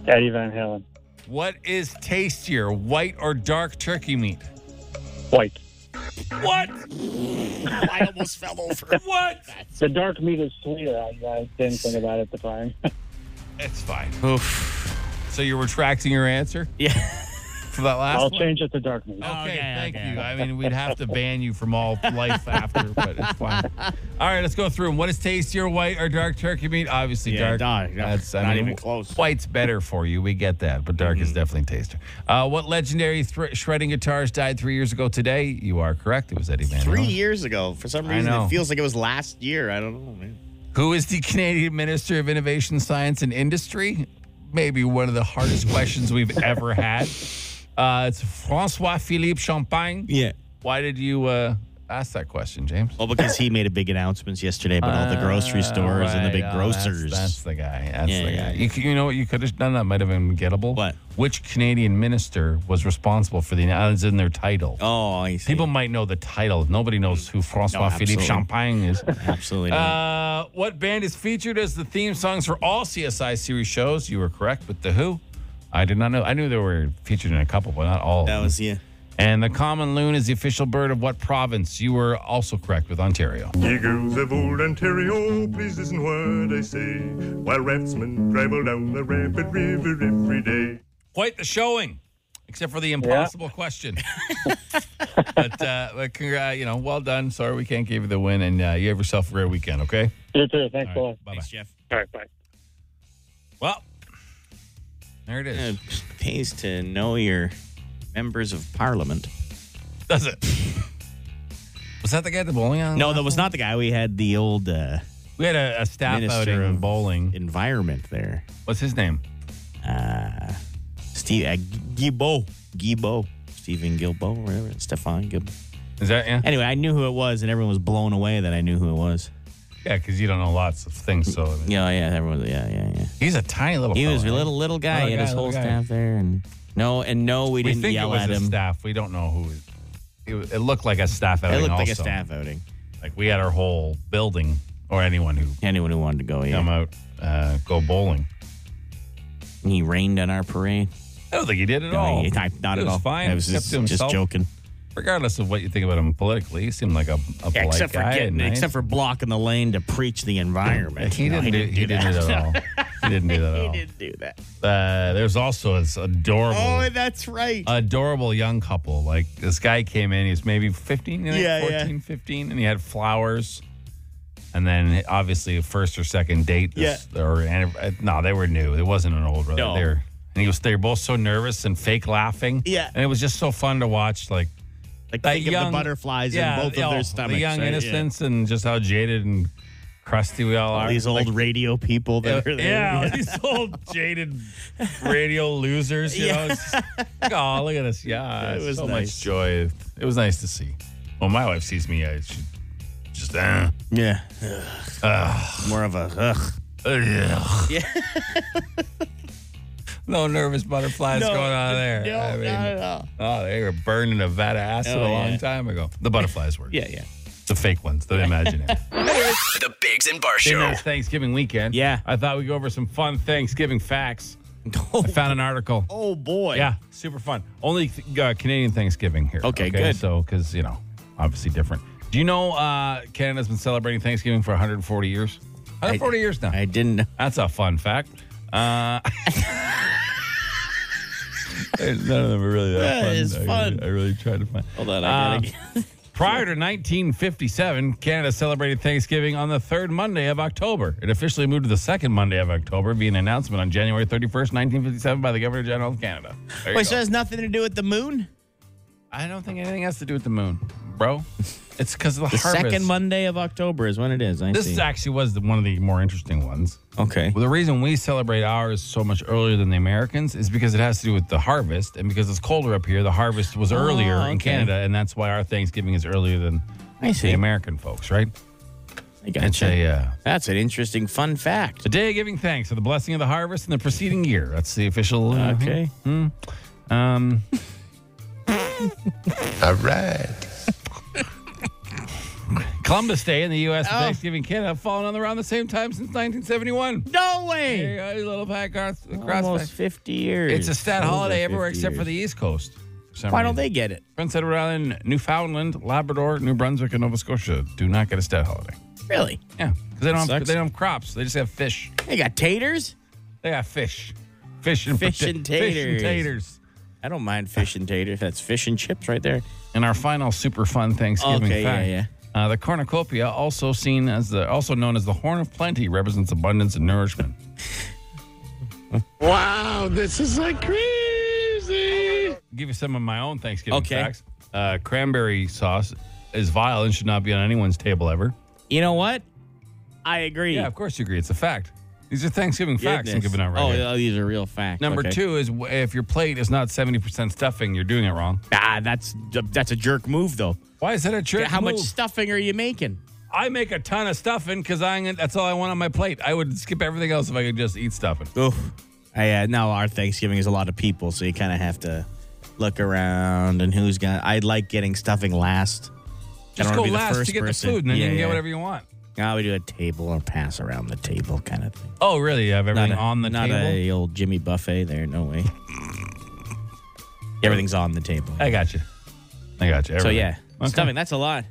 Speaker 9: Eddie Van Halen.
Speaker 2: What is tastier, white or dark turkey meat?
Speaker 9: White.
Speaker 2: What?
Speaker 3: do. I almost fell over.
Speaker 2: What?
Speaker 9: The dark meat is sweeter. I, I didn't think about it at the time.
Speaker 2: It's fine.
Speaker 3: Oof.
Speaker 2: So you're retracting your answer
Speaker 3: Yeah.
Speaker 2: for that last
Speaker 9: I'll
Speaker 2: one?
Speaker 9: change it to dark meat.
Speaker 2: Okay,
Speaker 3: Okay,
Speaker 2: thank
Speaker 3: okay.
Speaker 2: you. I mean, we'd have to ban you from all life after, but it's fine. All right, let's go through 'em. What is tastier, white or dark turkey meat? Obviously,
Speaker 3: Yeah,
Speaker 2: dark.
Speaker 3: dark. Yeah,
Speaker 2: That's I
Speaker 3: not
Speaker 2: mean,
Speaker 3: even close. Mm-hmm.
Speaker 2: White's better for you. We get that, but dark is definitely tastier. Uh, what legendary thr shredding guitarist died three years ago today? You are correct. It was Eddie Van
Speaker 3: Three
Speaker 2: Halen.
Speaker 3: years ago. For some
Speaker 2: I
Speaker 3: reason,
Speaker 2: know.
Speaker 3: it feels like it was last year. I don't know, man.
Speaker 2: Who is the Canadian Minister of Innovation, Science and Industry? Maybe one of the hardest questions we've ever had. Uh, it's Francois Philippe Champagne.
Speaker 3: Yeah.
Speaker 2: Why did you uh, ask that question, James?
Speaker 3: Well, because he made a big announcements yesterday about all the grocery
Speaker 2: Ah,
Speaker 3: stores and the
Speaker 2: right.
Speaker 3: big
Speaker 2: Oh, that's-
Speaker 3: grocers.
Speaker 2: That's, the guy. That's
Speaker 3: Yeah,
Speaker 2: the
Speaker 3: yeah,
Speaker 2: guy.
Speaker 3: yeah.
Speaker 2: You, c- you know what you could have done? That might have been gettable.
Speaker 3: What?
Speaker 2: Which Canadian minister was responsible for the announcements in their title?
Speaker 3: oh, I see.
Speaker 2: People might know the title. Nobody knows who Francois Philippe
Speaker 3: Oh, absolutely.
Speaker 2: Champagne is.
Speaker 3: absolutely. not.
Speaker 2: Uh, what band is featured as the theme songs for all CSI series shows? You were correct with the Who. I did not know. I knew they were featured in a couple, but not all. of
Speaker 3: that
Speaker 2: them.
Speaker 3: was yeah.
Speaker 2: and the common loon is the official bird of what province? You were also correct with Ontario.
Speaker 10: Ye girls of old Ontario, please listen what I say. While raftsmen travel down the rapid river every day.
Speaker 2: Quite the showing, except for the impossible question. but uh, but congra- you know, well done. Sorry we can't give you the win, and uh, you have yourself a great weekend. Okay.
Speaker 9: You too. Thanks a
Speaker 2: All
Speaker 9: lot.
Speaker 2: right, bye bye.
Speaker 3: Thanks, Jeff.
Speaker 9: All right, bye.
Speaker 2: Well, there it is.
Speaker 3: It pays to know your members of parliament.
Speaker 2: Does it? Was that the guy at the bowling alley?
Speaker 3: No, that was not the guy. We had the old uh,
Speaker 2: We had a, a staff
Speaker 3: Minister
Speaker 2: outing
Speaker 3: of-
Speaker 2: bowling.
Speaker 3: environment there.
Speaker 2: What's his name?
Speaker 3: Steve uh, Gibo, Gibo, Stephen Gilbo, whatever. Stefan Gilbo.
Speaker 2: Is that yeah?
Speaker 3: Anyway, I knew who it was, and everyone was blown away that I knew who it was.
Speaker 2: Yeah, because you don't know lots of things. So I mean,
Speaker 3: Yeah, yeah, everyone. Yeah, yeah, yeah.
Speaker 2: he's a tiny little.
Speaker 3: He
Speaker 2: fella,
Speaker 3: was a
Speaker 2: right?
Speaker 3: little little guy.
Speaker 2: Little
Speaker 3: He had
Speaker 2: guy,
Speaker 3: his whole
Speaker 2: little guy.
Speaker 3: staff there, and no, and no, we
Speaker 2: We
Speaker 3: didn't
Speaker 2: think it
Speaker 3: yell
Speaker 2: was
Speaker 3: at
Speaker 2: a
Speaker 3: him.
Speaker 2: staff. We don't know who. It, it, was- it looked like a staff
Speaker 3: It
Speaker 2: outing.
Speaker 3: looked like a
Speaker 2: also.
Speaker 3: staff outing.
Speaker 2: Like we had our whole building or anyone who
Speaker 3: Anyone who wanted to go, yeah.
Speaker 2: come out uh, go bowling.
Speaker 3: He rained on our parade.
Speaker 2: I don't think he did at
Speaker 3: No,
Speaker 2: all.
Speaker 3: he- I- not
Speaker 2: He was
Speaker 3: at all.
Speaker 2: Fine.
Speaker 3: I was
Speaker 2: Kept
Speaker 3: just,
Speaker 2: to
Speaker 3: just
Speaker 2: himself.
Speaker 3: joking.
Speaker 2: Regardless of what you think about him politically, he seemed like a, a polite
Speaker 3: except for
Speaker 2: guy.
Speaker 3: getting,
Speaker 2: nice.
Speaker 3: except for blocking the lane to preach the environment.
Speaker 2: he
Speaker 3: You know,
Speaker 2: didn't. do, he didn't do that at all. He didn't do that at all.
Speaker 3: He didn't do that.
Speaker 2: Uh, there's also this adorable.
Speaker 3: Oh, that's right.
Speaker 2: adorable young couple. Like this guy came in, he was maybe 15, I think,
Speaker 3: Yeah, yeah.
Speaker 2: 14, 15, and he had flowers. And then obviously a first or second date. This, Or and- no, they were new. It wasn't an old brother.
Speaker 3: No.
Speaker 2: They were, and he was they were both so nervous and fake laughing.
Speaker 3: Yeah.
Speaker 2: And it was just so fun to watch. Like
Speaker 3: like
Speaker 2: that
Speaker 3: think
Speaker 2: young,
Speaker 3: of the butterflies
Speaker 2: yeah,
Speaker 3: in both
Speaker 2: you
Speaker 3: of
Speaker 2: know,
Speaker 3: their stomachs.
Speaker 2: The young
Speaker 3: right? Yeah.
Speaker 2: innocence and just how jaded and crusty we all
Speaker 3: All
Speaker 2: are.
Speaker 3: these old
Speaker 2: Like,
Speaker 3: radio people that are there.
Speaker 2: yeah, these old jaded radio losers, you know. It's just, oh, look at us. Yeah,
Speaker 3: It
Speaker 2: it's
Speaker 3: was
Speaker 2: so
Speaker 3: nice.
Speaker 2: much joy. It was nice to see. When my wife sees me, I she just, uh,
Speaker 3: yeah. Ugh. More of a ugh.
Speaker 2: yeah. no nervous butterflies
Speaker 3: No,
Speaker 2: going on there.
Speaker 3: no,
Speaker 2: I mean,
Speaker 3: not at all.
Speaker 2: Oh, they were burning a vat of acid
Speaker 3: Oh,
Speaker 2: a long
Speaker 3: yeah.
Speaker 2: time ago. The butterflies were.
Speaker 3: Yeah, yeah.
Speaker 2: The fake ones, the imaginary.
Speaker 1: The Bigs and Bar
Speaker 2: Been
Speaker 1: Show.
Speaker 2: nice Thanksgiving weekend.
Speaker 3: Yeah.
Speaker 2: I thought we'd go over some fun Thanksgiving facts. I found an article.
Speaker 3: Oh boy.
Speaker 2: Yeah, super fun. Only th- uh, Canadian Thanksgiving here.
Speaker 3: Okay, good.
Speaker 2: So, because you know, obviously different. Do you know uh, Canada's been celebrating Thanksgiving for 140 years? 140 years now.
Speaker 3: I didn't know.
Speaker 2: That's a fun fact. Uh, none of them are really that
Speaker 3: Yeah,
Speaker 2: fun.
Speaker 3: it's
Speaker 2: I really-
Speaker 3: fun. Oh,
Speaker 2: I really tried to find.
Speaker 3: Hold on, I
Speaker 2: Uh,
Speaker 3: gotta get-
Speaker 2: Prior to 1957, Canada celebrated Thanksgiving on the third Monday of October. It officially moved to the second Monday of October via an announcement on January 31st, 1957, by the Governor General of Canada. There you
Speaker 3: Wait, so
Speaker 2: go.
Speaker 3: it has nothing to do with the moon?
Speaker 2: I don't think anything has to do with the moon, bro. It's because of the,
Speaker 3: The
Speaker 2: harvest.
Speaker 3: second Monday of October is when it is. I
Speaker 2: This
Speaker 3: see.
Speaker 2: actually was the, one of the more interesting ones.
Speaker 3: okay.
Speaker 2: Well, the reason we celebrate ours so much earlier than the Americans is because it has to do with the harvest, and because it's colder up here, the harvest was earlier
Speaker 3: okay.
Speaker 2: in Canada, and that's why our Thanksgiving is earlier than
Speaker 3: I
Speaker 2: the
Speaker 3: see.
Speaker 2: American folks, right?
Speaker 3: I
Speaker 2: It's
Speaker 3: gotcha.
Speaker 2: a uh,
Speaker 3: That's an interesting fun fact.
Speaker 2: the day of giving thanks for the blessing of the harvest in the preceding year. That's the official. uh,
Speaker 3: Okay.
Speaker 2: Columbus Day in the U.S. and
Speaker 3: Oh.
Speaker 2: Thanksgiving in Canada have fallen on around the same time since 1971.
Speaker 3: No
Speaker 2: There you
Speaker 3: way.
Speaker 2: go, you little pack across, across
Speaker 3: Almost 50 years.
Speaker 2: It's a stat
Speaker 3: Over
Speaker 2: holiday everywhere
Speaker 3: 50
Speaker 2: except for
Speaker 3: years.
Speaker 2: the East Coast. for some
Speaker 3: Why don't
Speaker 2: reason.
Speaker 3: they get it?
Speaker 2: Prince Edward Island, Newfoundland, Labrador, New Brunswick, and Nova Scotia do not get a stat holiday.
Speaker 3: Really?
Speaker 2: Yeah, because they don't have,
Speaker 3: Sucks.
Speaker 2: they don't have crops. They just have fish.
Speaker 3: They got taters?
Speaker 2: They got fish, fish and
Speaker 3: Fish
Speaker 2: pota-
Speaker 3: and
Speaker 2: Fish and
Speaker 3: taters.
Speaker 2: taters.
Speaker 3: I don't mind fish and taters. That's fish and chips right there.
Speaker 2: And our final super fun Thanksgiving
Speaker 3: Okay, yeah,
Speaker 2: fact.
Speaker 3: yeah.
Speaker 2: Uh, the cornucopia, also seen as the also known as the horn of plenty, represents abundance and nourishment.
Speaker 8: Wow, this is like crazy.
Speaker 2: give you some of my own Thanksgiving
Speaker 3: Okay.
Speaker 2: facts. Uh, cranberry sauce is vile and should not be on anyone's table ever.
Speaker 3: You know what? I agree.
Speaker 2: Yeah, of course you agree. It's a fact. These are Thanksgiving facts I'm
Speaker 3: Goodness.
Speaker 2: giving out right
Speaker 3: oh,
Speaker 2: here.
Speaker 3: oh, these are real facts.
Speaker 2: Number
Speaker 3: Okay.
Speaker 2: two is w- if your plate is not 70% stuffing, you're doing it wrong.
Speaker 3: Ah, that's that's a jerk move though.
Speaker 2: Why is that a trick?
Speaker 3: How much
Speaker 2: move?
Speaker 3: stuffing are you making?
Speaker 2: I make a ton of stuffing because that's all I want on my plate. I would skip everything else if I could just eat stuffing.
Speaker 3: Oof. I, uh, now our Thanksgiving is a lot of people, so you kind of have to look around and who's gonna. I like getting stuffing last. I
Speaker 2: Just
Speaker 3: don't wanna
Speaker 2: go
Speaker 3: be the
Speaker 2: last
Speaker 3: first
Speaker 2: to get
Speaker 3: person.
Speaker 2: the food and then
Speaker 3: Yeah,
Speaker 2: you can
Speaker 3: yeah.
Speaker 2: get whatever you want.
Speaker 3: Now we do a table or pass around the table kind of thing.
Speaker 2: Oh, really? You have everything
Speaker 3: a-
Speaker 2: on the
Speaker 3: not
Speaker 2: table?
Speaker 3: a old Jimmy buffet there. No way. Everything's on the table.
Speaker 2: I got you. I got you.
Speaker 3: So
Speaker 2: Everything.
Speaker 3: yeah,
Speaker 2: Okay.
Speaker 3: stuffing. That's a lot.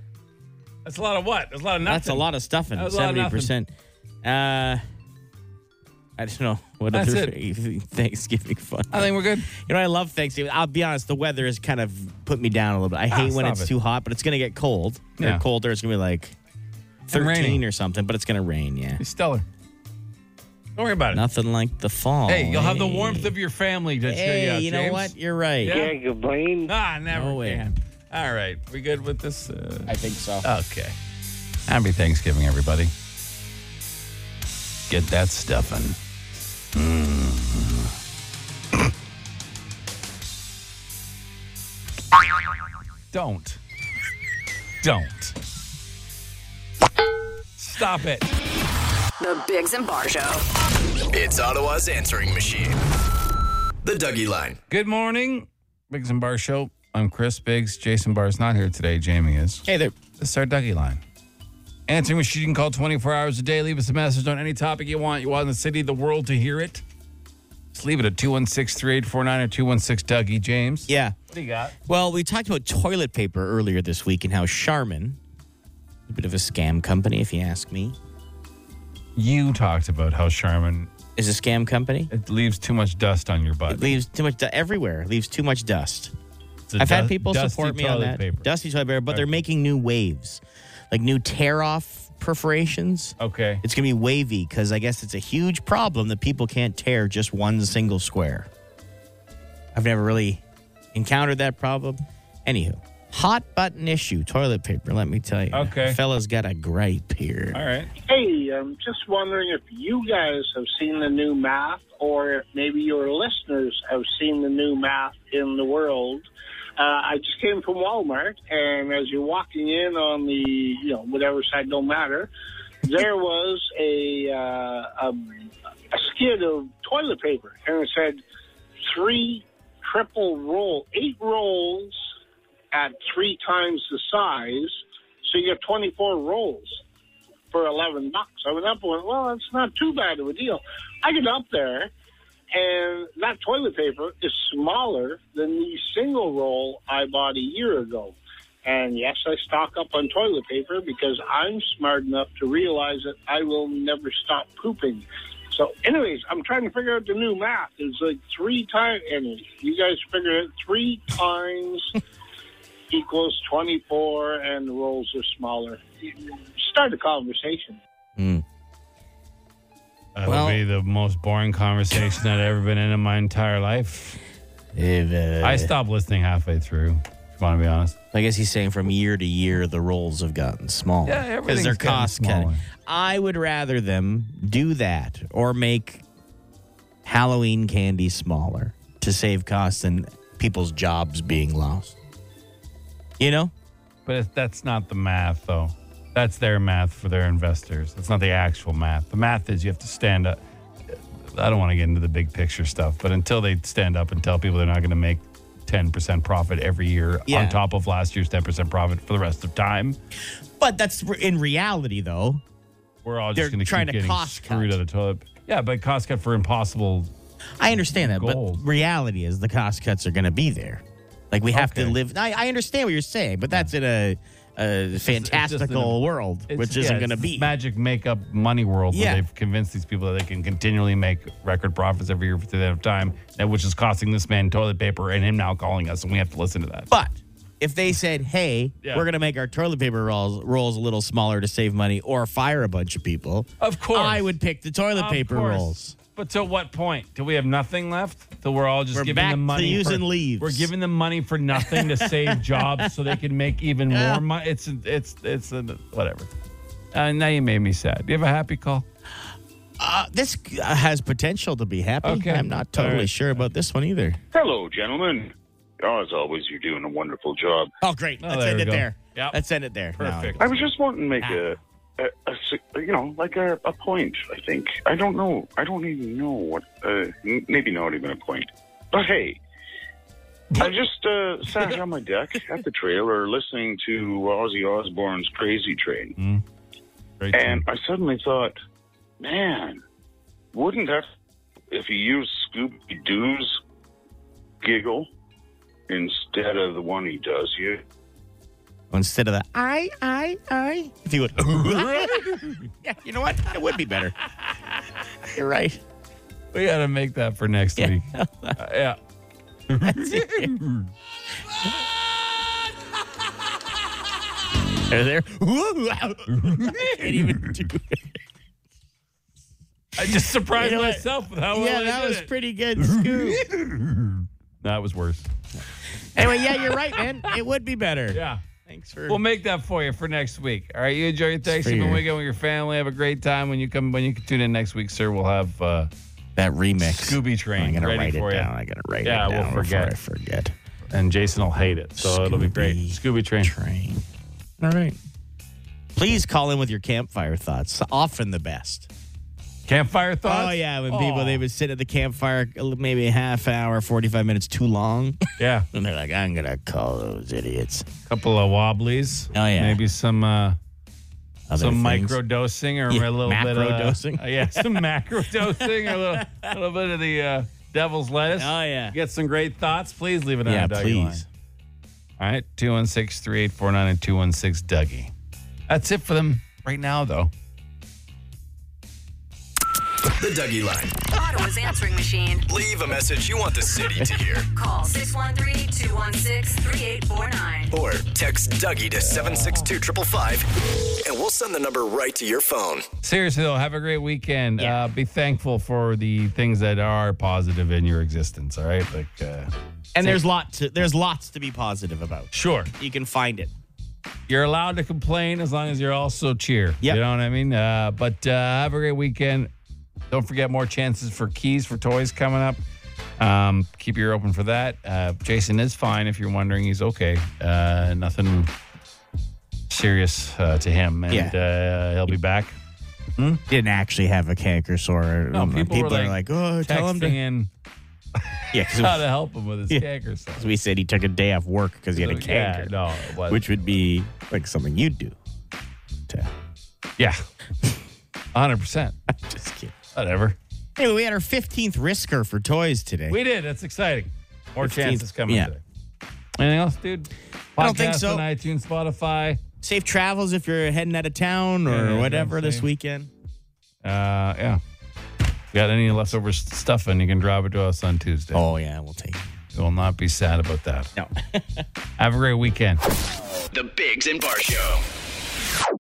Speaker 2: That's a lot of what? That's a lot of nothing.
Speaker 3: That's a lot of stuffing.
Speaker 2: That's a lot of
Speaker 3: Seventy
Speaker 2: nothing.
Speaker 3: percent. Uh, I don't know what
Speaker 2: That's
Speaker 3: other Thanksgiving fun.
Speaker 2: I think we're good.
Speaker 3: You know, I love Thanksgiving. I'll be honest, the weather has kind of put me down a little bit. I hate when
Speaker 2: Ah, stop
Speaker 3: it's
Speaker 2: it.
Speaker 3: too hot, but it's going to get cold.
Speaker 2: Yeah.
Speaker 3: Or colder. It's going to be like
Speaker 2: And
Speaker 3: 13
Speaker 2: raining.
Speaker 3: or something, but it's going to rain, yeah.
Speaker 2: It's stellar. Don't worry about it.
Speaker 3: Nothing like the fall.
Speaker 2: Hey, you'll have the
Speaker 3: eh?
Speaker 2: warmth of your family to cheer you
Speaker 3: Hey,
Speaker 2: out,
Speaker 3: you know
Speaker 2: James.
Speaker 3: what? You're right.
Speaker 2: Yeah.
Speaker 8: Can't complain.
Speaker 2: Ah, never
Speaker 3: No way.
Speaker 2: can. All right, we good with this? Uh,
Speaker 3: I think so.
Speaker 2: okay. Happy Thanksgiving, everybody. Get that stuffing. Mm. Don't. Don't. Stop it.
Speaker 4: The Biggs and Bar Show.
Speaker 1: It's Ottawa's answering machine. The Dougie Line.
Speaker 2: Good morning, Biggs and Bar Show. I'm Chris Biggs. Jason Barr is not here today. Jamie is.
Speaker 3: Hey there.
Speaker 2: This is our Dougie Line. Answering machine you can call 24 hours a day. Leave us a message on any topic you want. You want the city, the world to hear it. Just leave it at 216 3849 or 216 Dougie James.
Speaker 3: Yeah.
Speaker 2: What do you got?
Speaker 3: Well, we talked about toilet paper earlier this week and how Charmin, a bit of a scam company, if you ask me,
Speaker 2: You talked about how Charmin
Speaker 3: is a scam company.
Speaker 2: it leaves too much dust on your
Speaker 3: It
Speaker 2: butt.
Speaker 3: leaves too much du- everywhere. It leaves too much dust.
Speaker 2: It's a
Speaker 3: I've had
Speaker 2: du-
Speaker 3: people
Speaker 2: dusty
Speaker 3: support me on
Speaker 2: toilet
Speaker 3: that.
Speaker 2: paper.
Speaker 3: Dusty toilet paper, but they're making new waves, like new tear off perforations.
Speaker 2: Okay.
Speaker 3: It's gonna be wavy because I guess it's a huge problem that people can't tear just one single square. I've never really encountered that problem. Anywho, hot button issue toilet paper. Let me tell you,
Speaker 2: Okay.
Speaker 3: fella's got a gripe here.
Speaker 2: All right.
Speaker 8: Hey, I'm just wondering if you guys have seen the new math, or if maybe your listeners have seen the new math in the world. Uh, I just came from Walmart, and as you're walking in on the, you know, whatever side, don't matter, there was a, uh, a a skid of toilet paper, and it said three triple roll, eight rolls at three times the size, so you get 24 rolls for 11 bucks. I went up and went, well, that's not too bad of a deal. I get up there, and that toilet paper is smaller than the single roll I bought a year ago. And yes, I stock up on toilet paper because I'm smart enough to realize that I will never stop pooping. So, anyways, I'm trying to figure out the new math. It's like three times, and you guys figured it three times equals 24, and the rolls are smaller. Start a conversation.
Speaker 2: That
Speaker 3: Well-
Speaker 2: would be the most boring conversation I've ever been in in my entire life.
Speaker 3: If, uh,
Speaker 2: I stopped listening halfway through. If you want to be honest,
Speaker 3: I guess he's saying from year to year the rolls have gotten smaller.
Speaker 2: Yeah, everything's
Speaker 3: their
Speaker 2: gotten
Speaker 3: cost
Speaker 2: smaller.
Speaker 3: cutting. I would rather them do that or make Halloween candy smaller to save costs than people's jobs being lost. You know?
Speaker 2: but it, that's not the math, though. That's their math for their investors. That's not the actual math. The math is you have to stand up. I don't want to get into the big picture stuff, but until they stand up and tell people they're not going to make ten percent profit every year
Speaker 3: Yeah.
Speaker 2: on top of last year's ten percent profit for the rest of time,
Speaker 3: But that's re- in reality though.
Speaker 2: we're all
Speaker 3: They're
Speaker 2: just going
Speaker 3: trying
Speaker 2: keep
Speaker 3: to
Speaker 2: getting
Speaker 3: cost
Speaker 2: screwed
Speaker 3: cut.
Speaker 2: out of the toilet. Yeah, but cost cut for impossible.
Speaker 3: I understand that,
Speaker 2: Gold.
Speaker 3: but reality is the cost cuts are going to be there. Like we have
Speaker 2: Okay.
Speaker 3: to live. I, I understand what you're saying, but that's in a, a fantastical world,
Speaker 2: It's-
Speaker 3: which
Speaker 2: yeah,
Speaker 3: isn't
Speaker 2: it's
Speaker 3: going to
Speaker 2: this
Speaker 3: be.
Speaker 2: magic makeup money world
Speaker 3: Yeah.
Speaker 2: where they've convinced these people that they can continually make record profits every year for the end of time, that- which is costing this man toilet paper and him now calling us, and we have to listen to that.
Speaker 3: But if they said, "Hey,
Speaker 2: Yeah.
Speaker 3: we're going to make our toilet paper rolls rolls a little smaller to save money or fire a bunch of people,"
Speaker 2: Of course.
Speaker 3: I would pick the toilet
Speaker 2: Of
Speaker 3: paper
Speaker 2: course.
Speaker 3: rolls.
Speaker 2: But till what point? Till we have nothing left? Till we're all just
Speaker 3: We're
Speaker 2: giving
Speaker 3: back
Speaker 2: them
Speaker 3: to
Speaker 2: money?
Speaker 3: using
Speaker 2: for,
Speaker 3: leaves.
Speaker 2: We're giving them money for nothing to save jobs so they can make even
Speaker 3: Yeah.
Speaker 2: more money. It's it's it's a, whatever. Uh, now you made me sad. Do you have a happy call?
Speaker 3: Uh, this uh, has potential to be happy.
Speaker 2: Okay.
Speaker 3: I'm not totally
Speaker 2: All right.
Speaker 3: sure about this one either.
Speaker 11: Hello, gentlemen. Oh, as always, you're doing a wonderful job.
Speaker 3: Oh, great!
Speaker 2: Oh,
Speaker 3: Let's
Speaker 2: there
Speaker 3: end
Speaker 2: we
Speaker 3: it
Speaker 2: go.
Speaker 3: there.
Speaker 2: Yep.
Speaker 3: Let's end it there. No,
Speaker 2: Perfect.
Speaker 11: I was just wanting to make a, a, a s- you know, like a, a point, I think. I don't know. I don't even know what, uh, m- maybe not even a point. But hey, I just uh, sat on my deck at the trailer listening to Ozzy Osbourne's Crazy Train.
Speaker 2: Great
Speaker 11: And I suddenly thought, man, wouldn't that, if you use Scooby Doo's giggle instead of the one he does, you
Speaker 3: Instead of the I, I, I, if you would, yeah, you know what? It would be better. You're right.
Speaker 2: We got to make that for next week. Uh, yeah.
Speaker 3: Are there? Can't even do it.
Speaker 2: I just surprised
Speaker 3: You know what?
Speaker 2: myself with how Oh, well
Speaker 3: Yeah,
Speaker 2: I
Speaker 3: that
Speaker 2: did
Speaker 3: was
Speaker 2: it.
Speaker 3: pretty good, Scoop.
Speaker 2: That was worse.
Speaker 3: anyway, yeah, you're right, man. It would be better.
Speaker 2: Yeah.
Speaker 3: Thanks for.
Speaker 2: We'll make that for you for next week. All right. You enjoy your Thanksgiving
Speaker 3: your-
Speaker 2: weekend with your family. Have a great time when you come when you can tune in next week, sir. We'll have uh,
Speaker 3: that remix.
Speaker 2: Scooby Train
Speaker 3: I'm gonna
Speaker 2: ready
Speaker 3: write it
Speaker 2: for you.
Speaker 3: down. I gotta write
Speaker 2: Yeah,
Speaker 3: it
Speaker 2: we'll
Speaker 3: down. before
Speaker 2: forget.
Speaker 3: I forget.
Speaker 2: and Jason will hate it, so it'll be great.
Speaker 3: Scooby
Speaker 2: Scooby Train.
Speaker 3: Train. All right. Please call in with your campfire thoughts. Often the best.
Speaker 2: Campfire thoughts?
Speaker 3: Oh yeah, when people they would sit at the campfire maybe a half hour, forty five minutes too long.
Speaker 2: Yeah.
Speaker 3: and they're like, I'm gonna call those idiots.
Speaker 2: couple of wobblies.
Speaker 3: Oh yeah.
Speaker 2: Maybe some uh
Speaker 3: Other
Speaker 2: some
Speaker 3: things.
Speaker 2: micro dosing or
Speaker 3: Yeah,
Speaker 2: a little bit of
Speaker 3: macrodosing.
Speaker 2: Uh, yeah, some macro dosing or a little, little bit of the uh, devil's lettuce.
Speaker 3: Oh yeah.
Speaker 2: Get some great thoughts. Please leave it on
Speaker 3: Yeah,
Speaker 2: a Dougie line.
Speaker 3: please.
Speaker 2: All right, 216 3849 and 216 Dougie. That's it for them right now, though.
Speaker 1: The Dougie Line.
Speaker 4: Ottawa's answering machine.
Speaker 1: Leave a message you want the city to hear.
Speaker 4: Call 613-216-3849.
Speaker 1: Or text Dougie to 762 555 and we'll send the number right to your phone.
Speaker 2: Seriously, though, have a great weekend. Uh, be thankful for the things that are positive in your existence, all right? Like, uh,
Speaker 3: And there's lot to there's lots to be positive about.
Speaker 2: sure.
Speaker 3: You can find it.
Speaker 2: You're allowed to complain as long as you're also cheer.
Speaker 3: Yep.
Speaker 2: You know what I mean? Uh, but uh, have a great weekend. Don't forget more chances for keys for toys coming up. Um, keep your ear open for that. Uh, Jason is fine if you're wondering. He's okay. Uh, nothing serious uh, to him. And uh, he'll be back.
Speaker 3: Didn't actually have a canker sore.
Speaker 2: No,
Speaker 3: Um,
Speaker 2: people were,
Speaker 3: are
Speaker 2: like,
Speaker 3: like, oh, tell him
Speaker 2: Texting
Speaker 3: to.
Speaker 2: in
Speaker 3: Yeah, because
Speaker 2: how to help him with his
Speaker 3: Yeah.
Speaker 2: canker stuff.
Speaker 3: we said he took a day off work because he had a
Speaker 2: Yeah,
Speaker 3: canker,
Speaker 2: no, it wasn't.
Speaker 3: which would be like something you'd do. To,
Speaker 2: yeah, hundred percent.
Speaker 3: just kidding.
Speaker 2: Whatever.
Speaker 3: Anyway, we had our 15th risker for toys today.
Speaker 2: We did. That's exciting. More
Speaker 3: 15th.
Speaker 2: chances coming
Speaker 3: Yeah.
Speaker 2: today. Anything else, dude?
Speaker 3: I don't think
Speaker 2: Podcast
Speaker 3: so.
Speaker 2: On iTunes, Spotify.
Speaker 3: Safe travels if you're heading out of town or
Speaker 2: Yeah, that's what
Speaker 3: whatever
Speaker 2: I'm
Speaker 3: this
Speaker 2: saying.
Speaker 3: weekend.
Speaker 2: Uh, yeah. If you got any leftover s- stuff and you can drop it to us on Tuesday.
Speaker 3: Oh, yeah, we'll take it.
Speaker 2: You will not be sad about that.
Speaker 3: No.
Speaker 2: Have a great weekend.
Speaker 1: The Bigs and Bar Show.